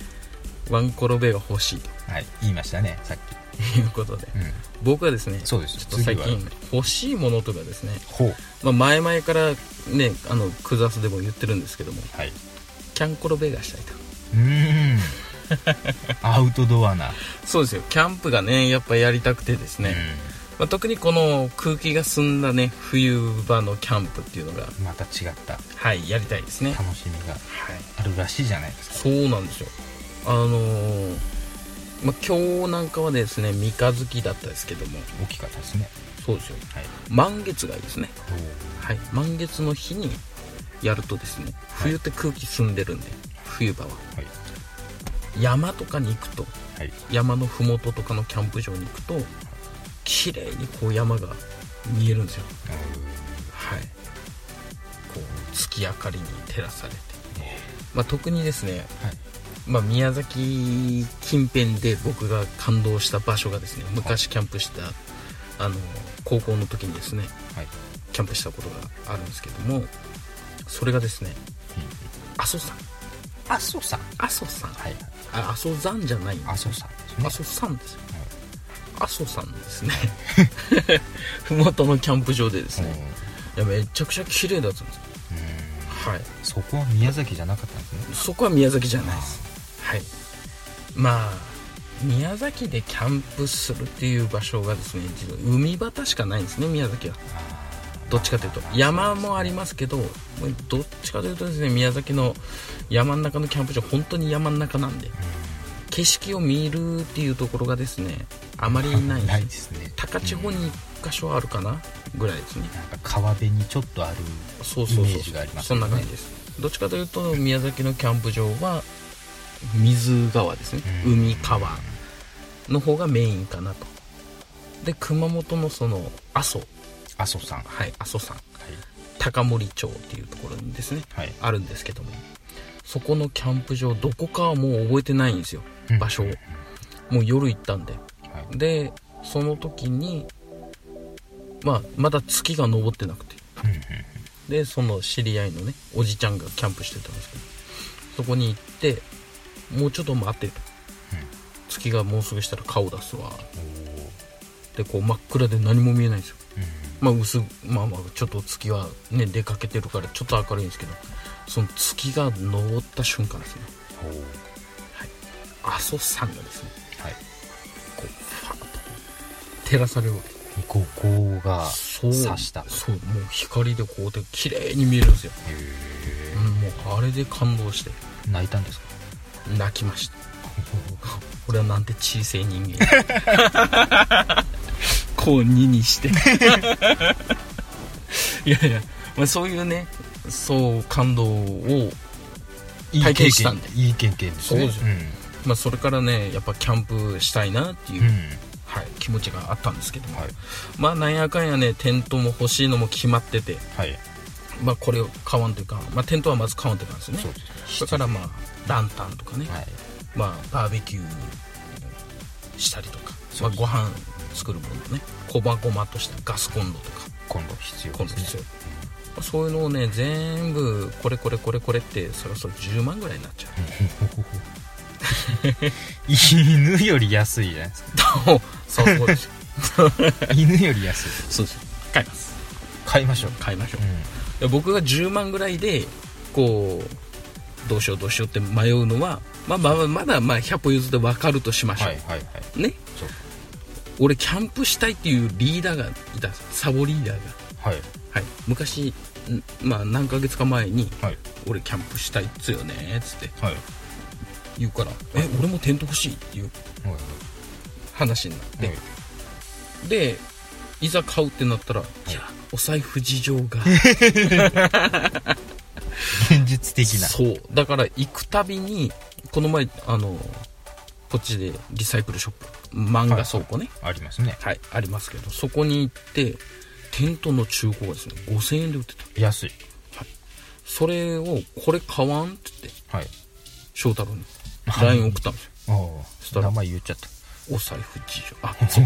[SPEAKER 1] ワンコロベが欲しいと
[SPEAKER 2] はい、言いましたねさっき、
[SPEAKER 1] いうことで
[SPEAKER 2] うん、
[SPEAKER 1] 僕はですね
[SPEAKER 2] そうです
[SPEAKER 1] ちょっと最
[SPEAKER 2] 次は
[SPEAKER 1] 近欲しいものとかですね、
[SPEAKER 2] ほう
[SPEAKER 1] まあ、前々からねあのクザスでも言ってるんですけども
[SPEAKER 2] はいう
[SPEAKER 1] キャンコロベがしたいと
[SPEAKER 2] ーん アウトドアな、
[SPEAKER 1] そうですよキャンプがねやっぱやりたくてですね、まあ、特にこの空気が澄んだね冬場のキャンプっていうのが
[SPEAKER 2] うん、また違った
[SPEAKER 1] はいやりたいですね
[SPEAKER 2] 楽しみがあるらしいじゃないですか
[SPEAKER 1] そうなんですよあのーまあ、今日なんかはですね三日月だったですけども
[SPEAKER 2] 大きかったですね
[SPEAKER 1] そうですよ
[SPEAKER 2] はい
[SPEAKER 1] 満月がいいですね
[SPEAKER 2] ほう
[SPEAKER 1] はい満月の日にやるとですね冬って空気澄んでるんで冬場は
[SPEAKER 2] はい
[SPEAKER 1] 山とかに行くと
[SPEAKER 2] はい
[SPEAKER 1] 山の麓とかのキャンプ場に行くと綺麗にこう山が見えるんですよはいこう月明かりに照らされて、まあ、特にですね、
[SPEAKER 2] はい
[SPEAKER 1] まあ、宮崎近辺で僕が感動した場所がですね昔キャンプした、あの高校の時にですね
[SPEAKER 2] はい
[SPEAKER 1] キャンプしたことがあるんですけどもそれがですね阿蘇山
[SPEAKER 2] 阿蘇山
[SPEAKER 1] 阿蘇山
[SPEAKER 2] はい
[SPEAKER 1] あ阿蘇山じゃないんです
[SPEAKER 2] 阿蘇山ですね
[SPEAKER 1] 阿蘇山ですよ阿蘇山のですね 麓のキャンプ場でですねいやめちゃくちゃ綺麗だったんですよ
[SPEAKER 2] うん
[SPEAKER 1] はい
[SPEAKER 2] そこは宮崎じゃなかったんですね
[SPEAKER 1] そこは宮崎じゃないですはいまあ宮崎でキャンプするっていう場所がですね実は海端しかないんですね宮崎はどっちかというと山もありますけどもうどっちかというとですね宮崎の山の中のキャンプ場本当に山の中なんで景色を見るっていうところがですねあまりない
[SPEAKER 2] ないですね
[SPEAKER 1] 高千穂に1箇所あるかなぐらいですね
[SPEAKER 2] なんか川辺にちょっとある
[SPEAKER 1] そうそう
[SPEAKER 2] イ
[SPEAKER 1] そ
[SPEAKER 2] メ
[SPEAKER 1] う
[SPEAKER 2] ージがあります
[SPEAKER 1] そんな感じですどっちかというと宮崎のキャンプ場は水川ですね
[SPEAKER 2] うん
[SPEAKER 1] 海川の方がメインかなとで熊本のその阿蘇
[SPEAKER 2] 阿蘇山は
[SPEAKER 1] はい阿蘇山
[SPEAKER 2] い
[SPEAKER 1] 高森町っていうところにですね
[SPEAKER 2] はい
[SPEAKER 1] あるんですけどもそこのキャンプ場どこかはもう覚えてないんですよ
[SPEAKER 2] うん
[SPEAKER 1] 場所をもう夜行ったんで
[SPEAKER 2] はい
[SPEAKER 1] でその時にまあまだ月が昇ってなくて
[SPEAKER 2] うんうん
[SPEAKER 1] でその知り合いのねおじちゃんがキャンプしてたんですけどそこに行ってもうちょっと待ってと、
[SPEAKER 2] うん
[SPEAKER 1] 月がもうすぐしたら顔出すわ
[SPEAKER 2] お
[SPEAKER 1] で
[SPEAKER 2] ー
[SPEAKER 1] こう真っ暗で何も見えないんですよ
[SPEAKER 2] うん
[SPEAKER 1] まあ薄まあまあちょっと月はね出かけてるからちょっと明るいんですけどその月が昇った瞬間ですね
[SPEAKER 2] ほう
[SPEAKER 1] 阿蘇山がですね
[SPEAKER 2] はい
[SPEAKER 1] こうファーッと照らされるわけ
[SPEAKER 2] ここが
[SPEAKER 1] そう
[SPEAKER 2] 刺した
[SPEAKER 1] そうもう光でこうで綺麗に見えるんですよ、
[SPEAKER 2] へ
[SPEAKER 1] うん、もうあれで感動して
[SPEAKER 2] ー泣いたんですか
[SPEAKER 1] 泣きました 俺はなんて小さい人間 こう2にして いやいや、まあ、そういうねそう感動を、
[SPEAKER 2] いい
[SPEAKER 1] 体
[SPEAKER 2] 経
[SPEAKER 1] 験したん
[SPEAKER 2] 験
[SPEAKER 1] で
[SPEAKER 2] いい経験ですね
[SPEAKER 1] そうですよまあ、それからねやっぱキャンプしたいなっていう、
[SPEAKER 2] うんうん
[SPEAKER 1] はい、気持ちがあったんですけども、
[SPEAKER 2] はい
[SPEAKER 1] まあなんやかんやねテントも欲しいのも決まってて、
[SPEAKER 2] はい
[SPEAKER 1] まあ、これを買わんというか、まあ、テントはまず買わんといかんですよね
[SPEAKER 2] そうですね
[SPEAKER 1] それからまあランタンとかね、
[SPEAKER 2] はい
[SPEAKER 1] まあ、バーベキューしたりとか、まあ、ご飯作るものねこまごまとしたガスコンロとか
[SPEAKER 2] 今度必要
[SPEAKER 1] コン
[SPEAKER 2] で
[SPEAKER 1] ロ必
[SPEAKER 2] すね
[SPEAKER 1] 要、まあそういうのをね全部これこれこれこれってそろそろ10万ぐらいになっちゃ
[SPEAKER 2] 犬より安いじゃないですか
[SPEAKER 1] うそうそうですよ
[SPEAKER 2] 犬より安い
[SPEAKER 1] そうですよ買います
[SPEAKER 2] 買いましょう
[SPEAKER 1] 買いましょう
[SPEAKER 2] うん、
[SPEAKER 1] で僕が10万ぐらいでこうどうしようどうしようって迷うのは、まあ、まあまだまあ100歩譲って分かるとしましょう、
[SPEAKER 2] はいはいはい
[SPEAKER 1] ね
[SPEAKER 2] そう
[SPEAKER 1] 俺キャンプしたいっていうリーダーがいたんですサボリーダーが
[SPEAKER 2] はい
[SPEAKER 1] はい、昔、んまあ、何ヶ月か前に
[SPEAKER 2] はい
[SPEAKER 1] 「俺キャンプしたいっつよね」っつって
[SPEAKER 2] はい
[SPEAKER 1] 言うから「え俺もテント欲しい」っていう話になって、
[SPEAKER 2] はい
[SPEAKER 1] でいざ買うってなったら、い、やお財布事情が
[SPEAKER 2] 現実的な
[SPEAKER 1] そうだから行くたびにこの前あのこっちでリサイクルショップ漫画倉庫ね、
[SPEAKER 2] ありますね
[SPEAKER 1] はいありますけどそこに行ってテントの中古がですね5000円で売ってた
[SPEAKER 2] 安い
[SPEAKER 1] それをこれ買わんって言って
[SPEAKER 2] はい
[SPEAKER 1] 翔太郎に LINE 送ったんですよ
[SPEAKER 2] お
[SPEAKER 1] したら
[SPEAKER 2] 名前言っちゃった
[SPEAKER 1] お財布事情あそう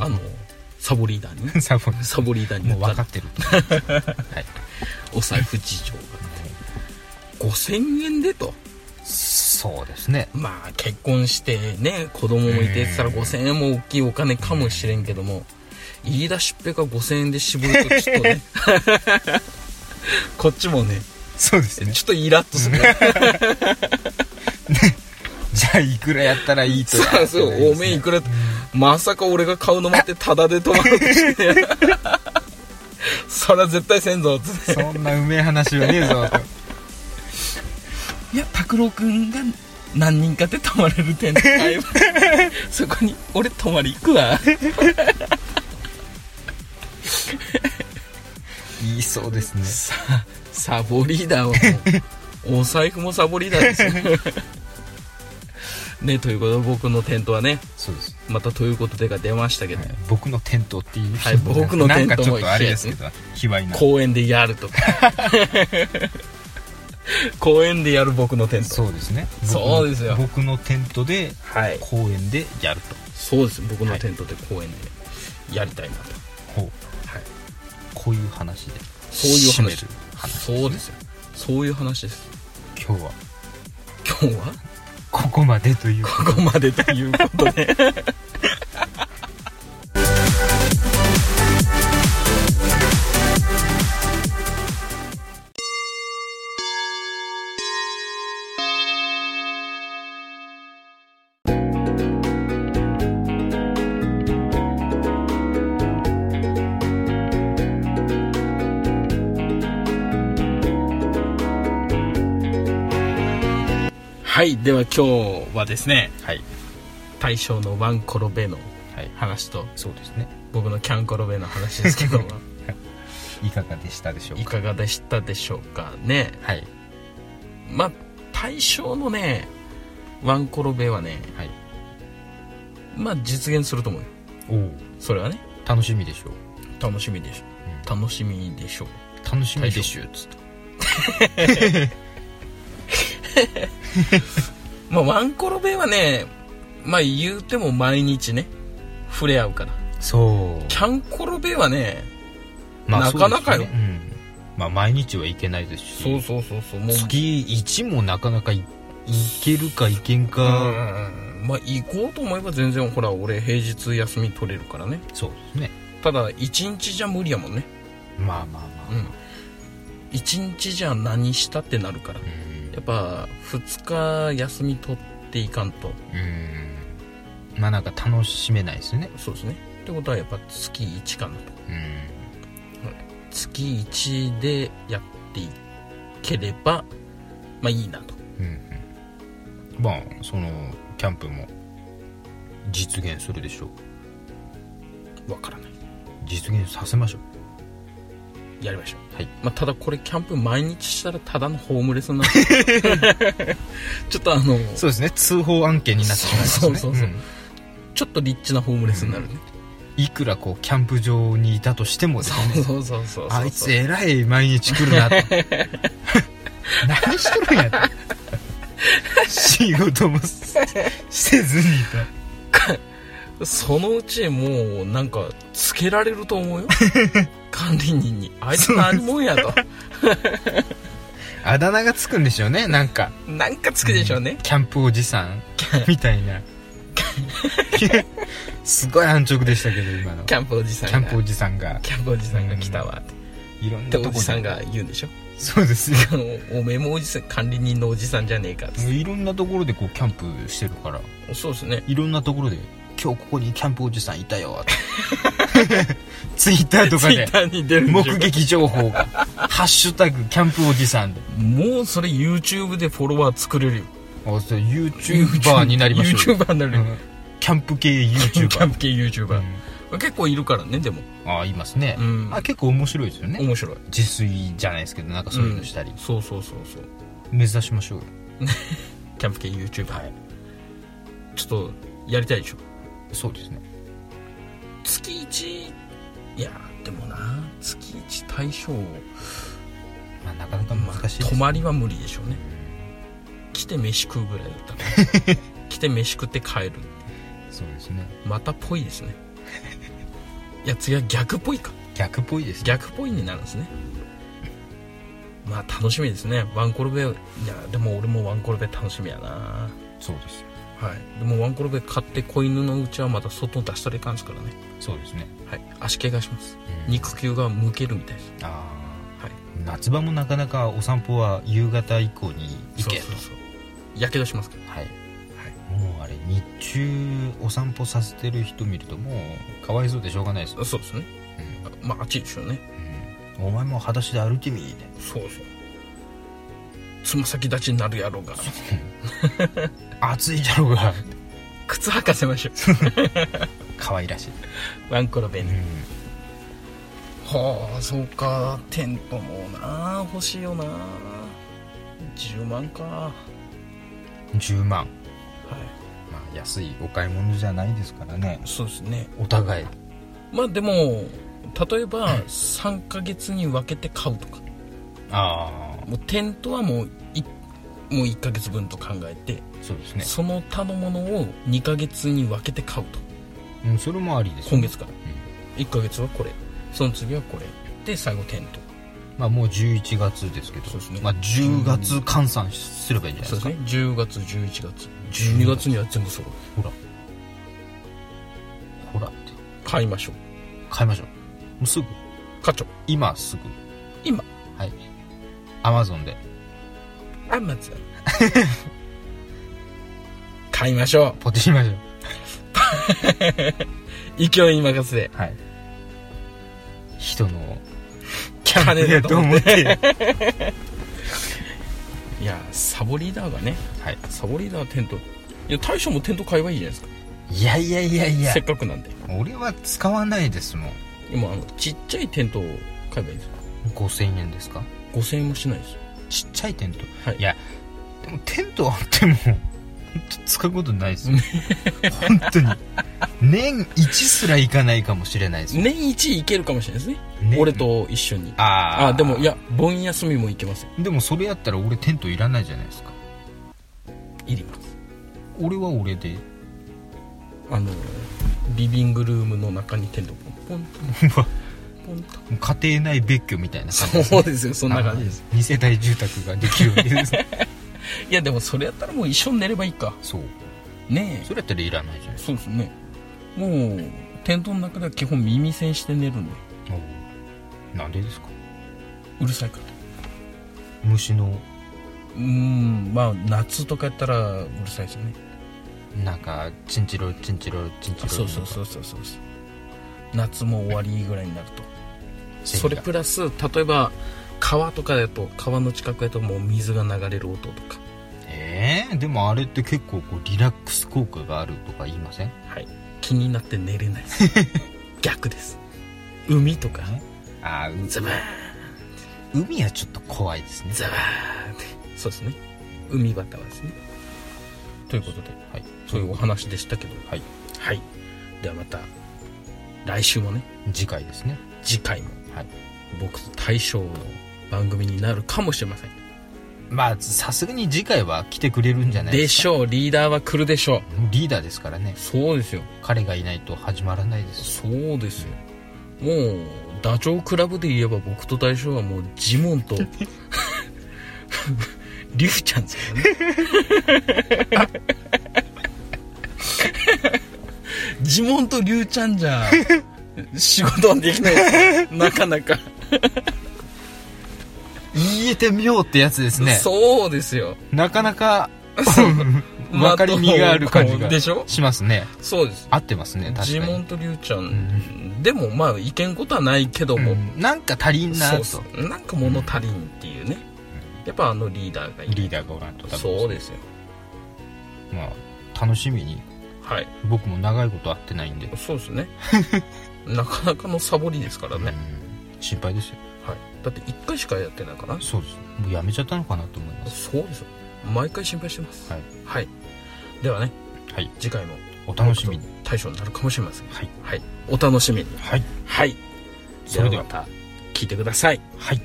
[SPEAKER 1] あのサボリーダーに
[SPEAKER 2] サボ
[SPEAKER 1] サボリーダーに
[SPEAKER 2] もう分
[SPEAKER 1] な
[SPEAKER 2] か
[SPEAKER 1] っ
[SPEAKER 2] ってる
[SPEAKER 1] お財布事情が5000円でと
[SPEAKER 2] そうですね
[SPEAKER 1] まあ結婚してね子供もいてって言ったら5000円も大きいお金かもしれんけども言い出しっぺが5000円で絞るとちょっと ねこっちもね
[SPEAKER 2] そうですね
[SPEAKER 1] ちょっとイラッとする
[SPEAKER 2] じゃあいくらやったらいいと
[SPEAKER 1] そうそうおめえいくらまさか俺が買うの待ってタダで泊まろうとしてねそりゃ絶対せんぞっつって
[SPEAKER 2] そんなうめえ話はねえぞと
[SPEAKER 1] いや拓郎君が何人かで泊まれる店会そこに俺泊まり行くわ
[SPEAKER 2] 言いそうですね
[SPEAKER 1] さサボリーダーはもうお財布もサボリーダーですよねということで僕のテントはね
[SPEAKER 2] そうです、
[SPEAKER 1] またということでが出ましたけど、
[SPEAKER 2] はい、僕のテントっていう、
[SPEAKER 1] はい僕のテントも
[SPEAKER 2] なんかちょっとあれですけど卑猥な
[SPEAKER 1] 公園でやるとか公園でやる僕のテント
[SPEAKER 2] そうですね
[SPEAKER 1] そうですよ
[SPEAKER 2] 僕のテントで
[SPEAKER 1] はい
[SPEAKER 2] 公園でやると
[SPEAKER 1] そうです僕のテントで公園でやりたいなと、
[SPEAKER 2] ほう
[SPEAKER 1] はい
[SPEAKER 2] こういう話で
[SPEAKER 1] そういう話
[SPEAKER 2] 締める話
[SPEAKER 1] そうですよそういう話です
[SPEAKER 2] 今日は
[SPEAKER 1] 今日は
[SPEAKER 2] ここまでという
[SPEAKER 1] ここまでということ ではいでは今日はですね
[SPEAKER 2] はい
[SPEAKER 1] 大将のワンコロベの
[SPEAKER 2] はい
[SPEAKER 1] 話と
[SPEAKER 2] そうですね
[SPEAKER 1] 僕のキャンコロベの話です けども
[SPEAKER 2] いかがでしたでしょう
[SPEAKER 1] い
[SPEAKER 2] か
[SPEAKER 1] かがでしたでしょうかね
[SPEAKER 2] はい
[SPEAKER 1] まあ大将のねワンコロベはね
[SPEAKER 2] はい
[SPEAKER 1] まあ実現すると思うよ
[SPEAKER 2] おお
[SPEAKER 1] それはね
[SPEAKER 2] 楽しみでしょう
[SPEAKER 1] 楽しみでしょ、う楽しみでしょう
[SPEAKER 2] 楽しみでしゅつって
[SPEAKER 1] まあワンコロベはねまあ言うても毎日ね触れ合うから
[SPEAKER 2] そう
[SPEAKER 1] キャンコロベはね
[SPEAKER 2] まあ
[SPEAKER 1] なかなかよ
[SPEAKER 2] そうですねうんまあ毎日はいけないですし
[SPEAKER 1] そうそうそうそうもう
[SPEAKER 2] 月1もなかなかいいけるかいけ
[SPEAKER 1] う
[SPEAKER 2] ん
[SPEAKER 1] ん
[SPEAKER 2] か、
[SPEAKER 1] まあ行こうと思えば全然ほら俺平日休み取れるからね
[SPEAKER 2] そうですね
[SPEAKER 1] ただ1日じゃ無理やもんね
[SPEAKER 2] まあまあまあ、
[SPEAKER 1] うん1日じゃ何したってなるから
[SPEAKER 2] うん
[SPEAKER 1] やっぱ2日休み取っていかんと
[SPEAKER 2] うんまあなんか楽しめないですね
[SPEAKER 1] そうですねってことはやっぱ月1かなと
[SPEAKER 2] うん
[SPEAKER 1] 月1でやっていければまあいいなと
[SPEAKER 2] うんうんまあそのキャンプも実現するでしょう
[SPEAKER 1] わからない
[SPEAKER 2] 実現させましょ
[SPEAKER 1] やりましょう
[SPEAKER 2] うはい
[SPEAKER 1] まあ、ただこれキャンプ毎日したらただのホームレスになる ちょっとあの
[SPEAKER 2] そうですね通報案件になってしまいますね
[SPEAKER 1] そうそうそうそうんちょっとリッチなホームレスになるね、
[SPEAKER 2] いくらこうキャンプ場にいたとしてもですね
[SPEAKER 1] そうそうそうそう
[SPEAKER 2] あいつえらい毎日来るなと 何しとるんやと仕事もせせずにい
[SPEAKER 1] そのうちもうなんかつけられると 思うよ管理人にあいつ何者やと
[SPEAKER 2] たあだ名がつくんでしょうねなんか
[SPEAKER 1] なんかつくでしょうね、
[SPEAKER 2] キャンプおじさんみたいなすごい安直でしたけど今の
[SPEAKER 1] キャンプおじさん
[SPEAKER 2] キ
[SPEAKER 1] が
[SPEAKER 2] ャンプおじさんが
[SPEAKER 1] キャンプおじさんが来たわって,、
[SPEAKER 2] いろんな
[SPEAKER 1] で
[SPEAKER 2] とこ
[SPEAKER 1] お
[SPEAKER 2] に
[SPEAKER 1] じさんが言うんでしょ
[SPEAKER 2] そうですよ
[SPEAKER 1] あのおめえもおじさん管理人のおじさんじゃねえかっつっ
[SPEAKER 2] もういろんなところでこうキャンプしてるから
[SPEAKER 1] てそうですね
[SPEAKER 2] いろんなところで「今日ここにキャンプおじさんいたよ」 ツイッターとか
[SPEAKER 1] ツイ
[SPEAKER 2] で
[SPEAKER 1] ッターに出るんでしょ
[SPEAKER 2] 目撃情報が「ハッシュタグキャンプおじさんで」
[SPEAKER 1] もうそれ YouTube でフォロワー作れるよ
[SPEAKER 2] あそれ YouTuber になりましょうよ
[SPEAKER 1] YouTuber になるよ、
[SPEAKER 2] うんキャンプ系
[SPEAKER 1] キャン
[SPEAKER 2] YouTuber
[SPEAKER 1] プ系 YouTuber、結構いるからねでも、
[SPEAKER 2] ああいますね、
[SPEAKER 1] うん
[SPEAKER 2] あ結構面白いですよね
[SPEAKER 1] 面白い
[SPEAKER 2] 自炊じゃないですけどなんかそういうのしたり
[SPEAKER 1] ん、そうそうそうそう
[SPEAKER 2] 目指しましょうよ
[SPEAKER 1] キャンプ系 YouTuber、ちょっとやりたいでしょ
[SPEAKER 2] そうですね
[SPEAKER 1] 月1いやでもな月1対象
[SPEAKER 2] まあなかなか難しいです、
[SPEAKER 1] 泊まりは無理でしょうね来て飯食うぐらいだったら 来て飯食って帰る
[SPEAKER 2] そうですね
[SPEAKER 1] またぽいですねいや次は逆っぽいか
[SPEAKER 2] 逆っぽいですね
[SPEAKER 1] 逆っぽいになるんですねまあ楽しみですねワンコロベいやでも俺もワンコロベ楽しみやな
[SPEAKER 2] そうですよ
[SPEAKER 1] はいでもワンコロベ買って子犬のうちはまた外出したらいかんですからね
[SPEAKER 2] そうですね
[SPEAKER 1] はい足怪我します
[SPEAKER 2] うん
[SPEAKER 1] 肉球がむけるみたいです
[SPEAKER 2] あ
[SPEAKER 1] はい
[SPEAKER 2] ー夏場もなかなかお散歩は夕方以降に行けと
[SPEAKER 1] そうそうそうやけどしますけど
[SPEAKER 2] はい、もうあれ日中お散歩させてる人見るともうかわいそうでしょうがないですよ、
[SPEAKER 1] そうですね
[SPEAKER 2] うん
[SPEAKER 1] まああっちでしょうね
[SPEAKER 2] うんお前も裸足で歩いてみーね
[SPEAKER 1] そうそうつま先立ちになる野郎が
[SPEAKER 2] 暑いじゃろうが
[SPEAKER 1] 靴履かせましょ
[SPEAKER 2] 可愛らしい、
[SPEAKER 1] うワンコロベに、
[SPEAKER 2] うん
[SPEAKER 1] はあそうかテントもな欲しいよな10万かは
[SPEAKER 2] 10万、まあ、安いお買い物じゃないですからね
[SPEAKER 1] いそうですね
[SPEAKER 2] お互い
[SPEAKER 1] まあでも例えば3ヶ月に分けて買うとか
[SPEAKER 2] ああ
[SPEAKER 1] もうテントはもういもう1ヶ月分と考えて
[SPEAKER 2] そうですね
[SPEAKER 1] その他のものを2ヶ月に分けて買うと
[SPEAKER 2] うんそれもありですよ
[SPEAKER 1] 今月から1ヶ月はこれその次はこれで最後テント
[SPEAKER 2] まあもう11月ですけど
[SPEAKER 1] そうですね
[SPEAKER 2] まあ、10月換算すればいいんじゃない
[SPEAKER 1] そう
[SPEAKER 2] で
[SPEAKER 1] ですすね10
[SPEAKER 2] か
[SPEAKER 1] 月11月12月には全部揃う
[SPEAKER 2] ほらほらって
[SPEAKER 1] 買いましょう
[SPEAKER 2] 買いましょうもうすぐ
[SPEAKER 1] 課長
[SPEAKER 2] 今すぐ
[SPEAKER 1] 今
[SPEAKER 2] はいアマゾンで
[SPEAKER 1] あまず買いましょ
[SPEAKER 2] ポチしましょう
[SPEAKER 1] う勢いに任せて
[SPEAKER 2] はい人の
[SPEAKER 1] キャ
[SPEAKER 2] 金だと 思って
[SPEAKER 1] いやサボリーダーがね
[SPEAKER 2] はい
[SPEAKER 1] サボリーダーテントいや大将もテント買えばいいじゃないですか
[SPEAKER 2] いやいやいやいや
[SPEAKER 1] せっかくなんで
[SPEAKER 2] 俺は使わないですもん
[SPEAKER 1] でもあのちっちゃいテントを買えばいいです
[SPEAKER 2] 5000円ですか
[SPEAKER 1] 5000円もしないですよ
[SPEAKER 2] ちっちゃいテント、
[SPEAKER 1] はい
[SPEAKER 2] いやでもテントあっても本当使うことないで すよ本当に年1すらいかないかもしれないですよ
[SPEAKER 1] 年1いけるかもしれないですね
[SPEAKER 2] ね
[SPEAKER 1] 俺と一緒に
[SPEAKER 2] あ
[SPEAKER 1] あ
[SPEAKER 2] あ
[SPEAKER 1] でもいや盆休みもいけません
[SPEAKER 2] でもそれやったら俺テントいらないじゃないですか
[SPEAKER 1] いります
[SPEAKER 2] 俺は俺で
[SPEAKER 1] あのリビングルームの中にテントポン
[SPEAKER 2] うわ
[SPEAKER 1] ポンと
[SPEAKER 2] もう家庭内別居みたいな感じ
[SPEAKER 1] そうですよそんな感じです
[SPEAKER 2] 2世帯住宅ができるわけです
[SPEAKER 1] いやでもそれやったらもう一緒に寝ればいいか
[SPEAKER 2] そう
[SPEAKER 1] ねえ
[SPEAKER 2] それやったらいらないじゃないですか
[SPEAKER 1] そうですねもうテントの中では基本耳栓して寝るんで
[SPEAKER 2] おーなんでですか
[SPEAKER 1] うるさいから
[SPEAKER 2] 虫の
[SPEAKER 1] うーんまあ夏とかやったらうるさいですよね
[SPEAKER 2] なんかチンチロチンチロチンチロ
[SPEAKER 1] そうそうそうそうそうそう夏も終わりぐらいになると
[SPEAKER 2] セミ
[SPEAKER 1] そ
[SPEAKER 2] が
[SPEAKER 1] れプラス例えば川とかだと川の近くやともう水が流れる音とか
[SPEAKER 2] えー、でもあれって結構こうリラックス効果があるとか言いません
[SPEAKER 1] はい気になって寝 れないです逆です海とか
[SPEAKER 2] ああ
[SPEAKER 1] ザバーン
[SPEAKER 2] 海はちょっと怖いですね
[SPEAKER 1] ザバーンってそうですね海バタはですねということで、
[SPEAKER 2] はい
[SPEAKER 1] そういうお話でしたけど
[SPEAKER 2] はい
[SPEAKER 1] はいではまた来週もね
[SPEAKER 2] 次回ですね
[SPEAKER 1] 次回も
[SPEAKER 2] はい
[SPEAKER 1] 僕と大将の番組になるかもしれません
[SPEAKER 2] まあさすがに次回は来てくれるんじゃない
[SPEAKER 1] で
[SPEAKER 2] です
[SPEAKER 1] し
[SPEAKER 2] か
[SPEAKER 1] ょうリーダーは来るでしょう
[SPEAKER 2] リーダーですからね
[SPEAKER 1] そうですよ
[SPEAKER 2] 彼がいないと始まらないです
[SPEAKER 1] そうですよもうダチョウ倶楽部で言えば僕と大将はもうジモン とリュウちゃんですからね ジモンとリュウちゃんじゃ仕事はできないですよなかなか
[SPEAKER 2] 言えてみようってやつですね
[SPEAKER 1] そうですよ
[SPEAKER 2] なかなか
[SPEAKER 1] ま
[SPEAKER 2] 分かりみがある感じが
[SPEAKER 1] でしょ
[SPEAKER 2] しますね
[SPEAKER 1] そうです
[SPEAKER 2] 合ってますね確かに
[SPEAKER 1] ジモンとリュウちゃん、
[SPEAKER 2] ん
[SPEAKER 1] でもまあいけんことはないけども、
[SPEAKER 2] うんなんか足りんな
[SPEAKER 1] そ
[SPEAKER 2] と
[SPEAKER 1] うそうなんか物足りんっていうね、やっぱあのリーダーがいる
[SPEAKER 2] リーダーがおらんと多分
[SPEAKER 1] そうですよ
[SPEAKER 2] まあ楽しみに
[SPEAKER 1] はい
[SPEAKER 2] 僕も長いこと会ってないんで、
[SPEAKER 1] そうです ねなかなかのサボりですからね、
[SPEAKER 2] うん心配ですよ
[SPEAKER 1] はい、だって1回しかやってないから
[SPEAKER 2] そうですもうやめちゃったのかなと思います
[SPEAKER 1] そうですよ毎回心配してます
[SPEAKER 2] はい、
[SPEAKER 1] はい、ではね
[SPEAKER 2] はい、
[SPEAKER 1] 次回も
[SPEAKER 2] お楽しみに
[SPEAKER 1] 対象になるかもしれません
[SPEAKER 2] はい、
[SPEAKER 1] はい、お楽しみに
[SPEAKER 2] はい、
[SPEAKER 1] はい
[SPEAKER 2] それで
[SPEAKER 1] では
[SPEAKER 2] は
[SPEAKER 1] また聞いてください
[SPEAKER 2] はい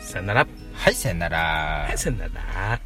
[SPEAKER 1] さよなら
[SPEAKER 2] はいさよなら
[SPEAKER 1] さよなら